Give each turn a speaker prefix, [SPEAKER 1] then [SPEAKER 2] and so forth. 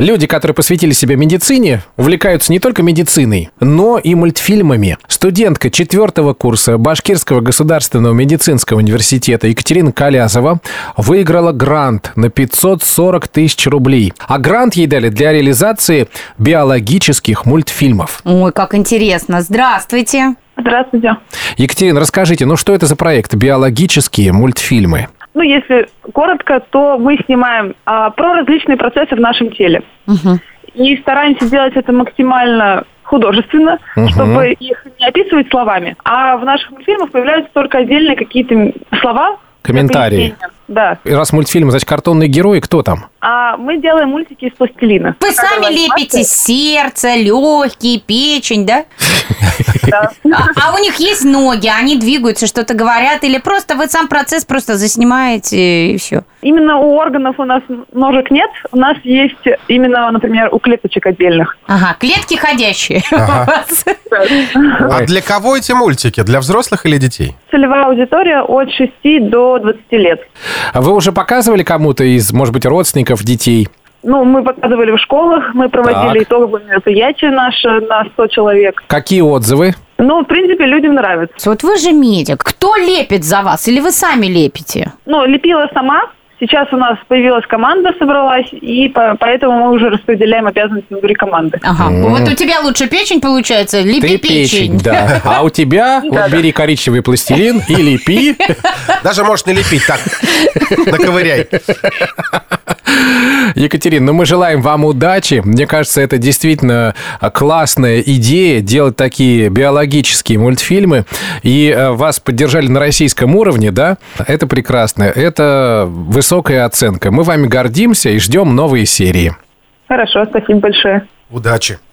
[SPEAKER 1] Люди, которые посвятили себя медицине, увлекаются не только медициной, но и мультфильмами. Студентка четвертого курса Башкирского государственного медицинского университета Екатерина Колясова выиграла грант на 540 тысяч рублей. А грант ей дали для реализации биологических мультфильмов.
[SPEAKER 2] Ой, как интересно. Здравствуйте.
[SPEAKER 3] Здравствуйте.
[SPEAKER 1] Екатерина, расскажите, ну что это за проект «Биологические мультфильмы»?
[SPEAKER 3] Ну, если коротко, то мы снимаем а, про различные процессы в нашем теле.
[SPEAKER 2] Мгм.
[SPEAKER 3] И стараемся делать это максимально художественно,
[SPEAKER 1] Мгм.
[SPEAKER 3] чтобы их не описывать словами. А в наших мультфильмах появляются только отдельные какие-то м- слова.
[SPEAKER 1] Комментарии.
[SPEAKER 3] пояснения. Да.
[SPEAKER 1] И Раз мультфильм, значит, картонные герои, кто там?
[SPEAKER 3] А мы делаем мультики из пластилина.
[SPEAKER 2] Вы сами
[SPEAKER 3] Которая
[SPEAKER 2] лепите сердце, легкие, печень, да?
[SPEAKER 3] Да.
[SPEAKER 2] А, а у них есть ноги, они двигаются, что-то говорят, или просто вы сам процесс просто заснимаете и все.
[SPEAKER 3] Именно у органов у нас ножек нет, у нас есть именно, например, у клеточек отдельных.
[SPEAKER 2] Ага, клетки ходящие.
[SPEAKER 4] Ага.
[SPEAKER 2] у вас.
[SPEAKER 4] А для кого эти мультики? Для взрослых или детей?
[SPEAKER 3] Целевая аудитория от 6 до 20 лет.
[SPEAKER 1] А Вы уже показывали кому-то из, может быть, родственников, детей?
[SPEAKER 3] Ну, мы показывали в школах, мы проводили
[SPEAKER 1] Так.
[SPEAKER 3] итоговые мероприятия наши на 100 человек.
[SPEAKER 1] Какие отзывы?
[SPEAKER 3] Ну, в принципе, людям нравится.
[SPEAKER 2] Вот вы же медик. Кто лепит за вас? Или вы сами лепите?
[SPEAKER 3] Ну, лепила сама. Сейчас у нас появилась команда, собралась, и по- поэтому мы уже распределяем обязанности внутри команды.
[SPEAKER 2] Ага. Вот у тебя лучше печень получается.
[SPEAKER 1] Ты
[SPEAKER 2] Лепи
[SPEAKER 1] печень, да. А у тебя вот бери коричневый пластилин и лепи.
[SPEAKER 4] Даже можешь не лепить, так, наковыряй.
[SPEAKER 1] Екатерин, ну мы желаем вам удачи. Мне кажется, это действительно а, классная идея делать такие биологические мультфильмы. И э, вас поддержали на российском уровне, да? Это прекрасно. Это высокая оценка. Мы вами гордимся и ждем новые серии.
[SPEAKER 3] Хорошо, спасибо большое.
[SPEAKER 4] Удачи.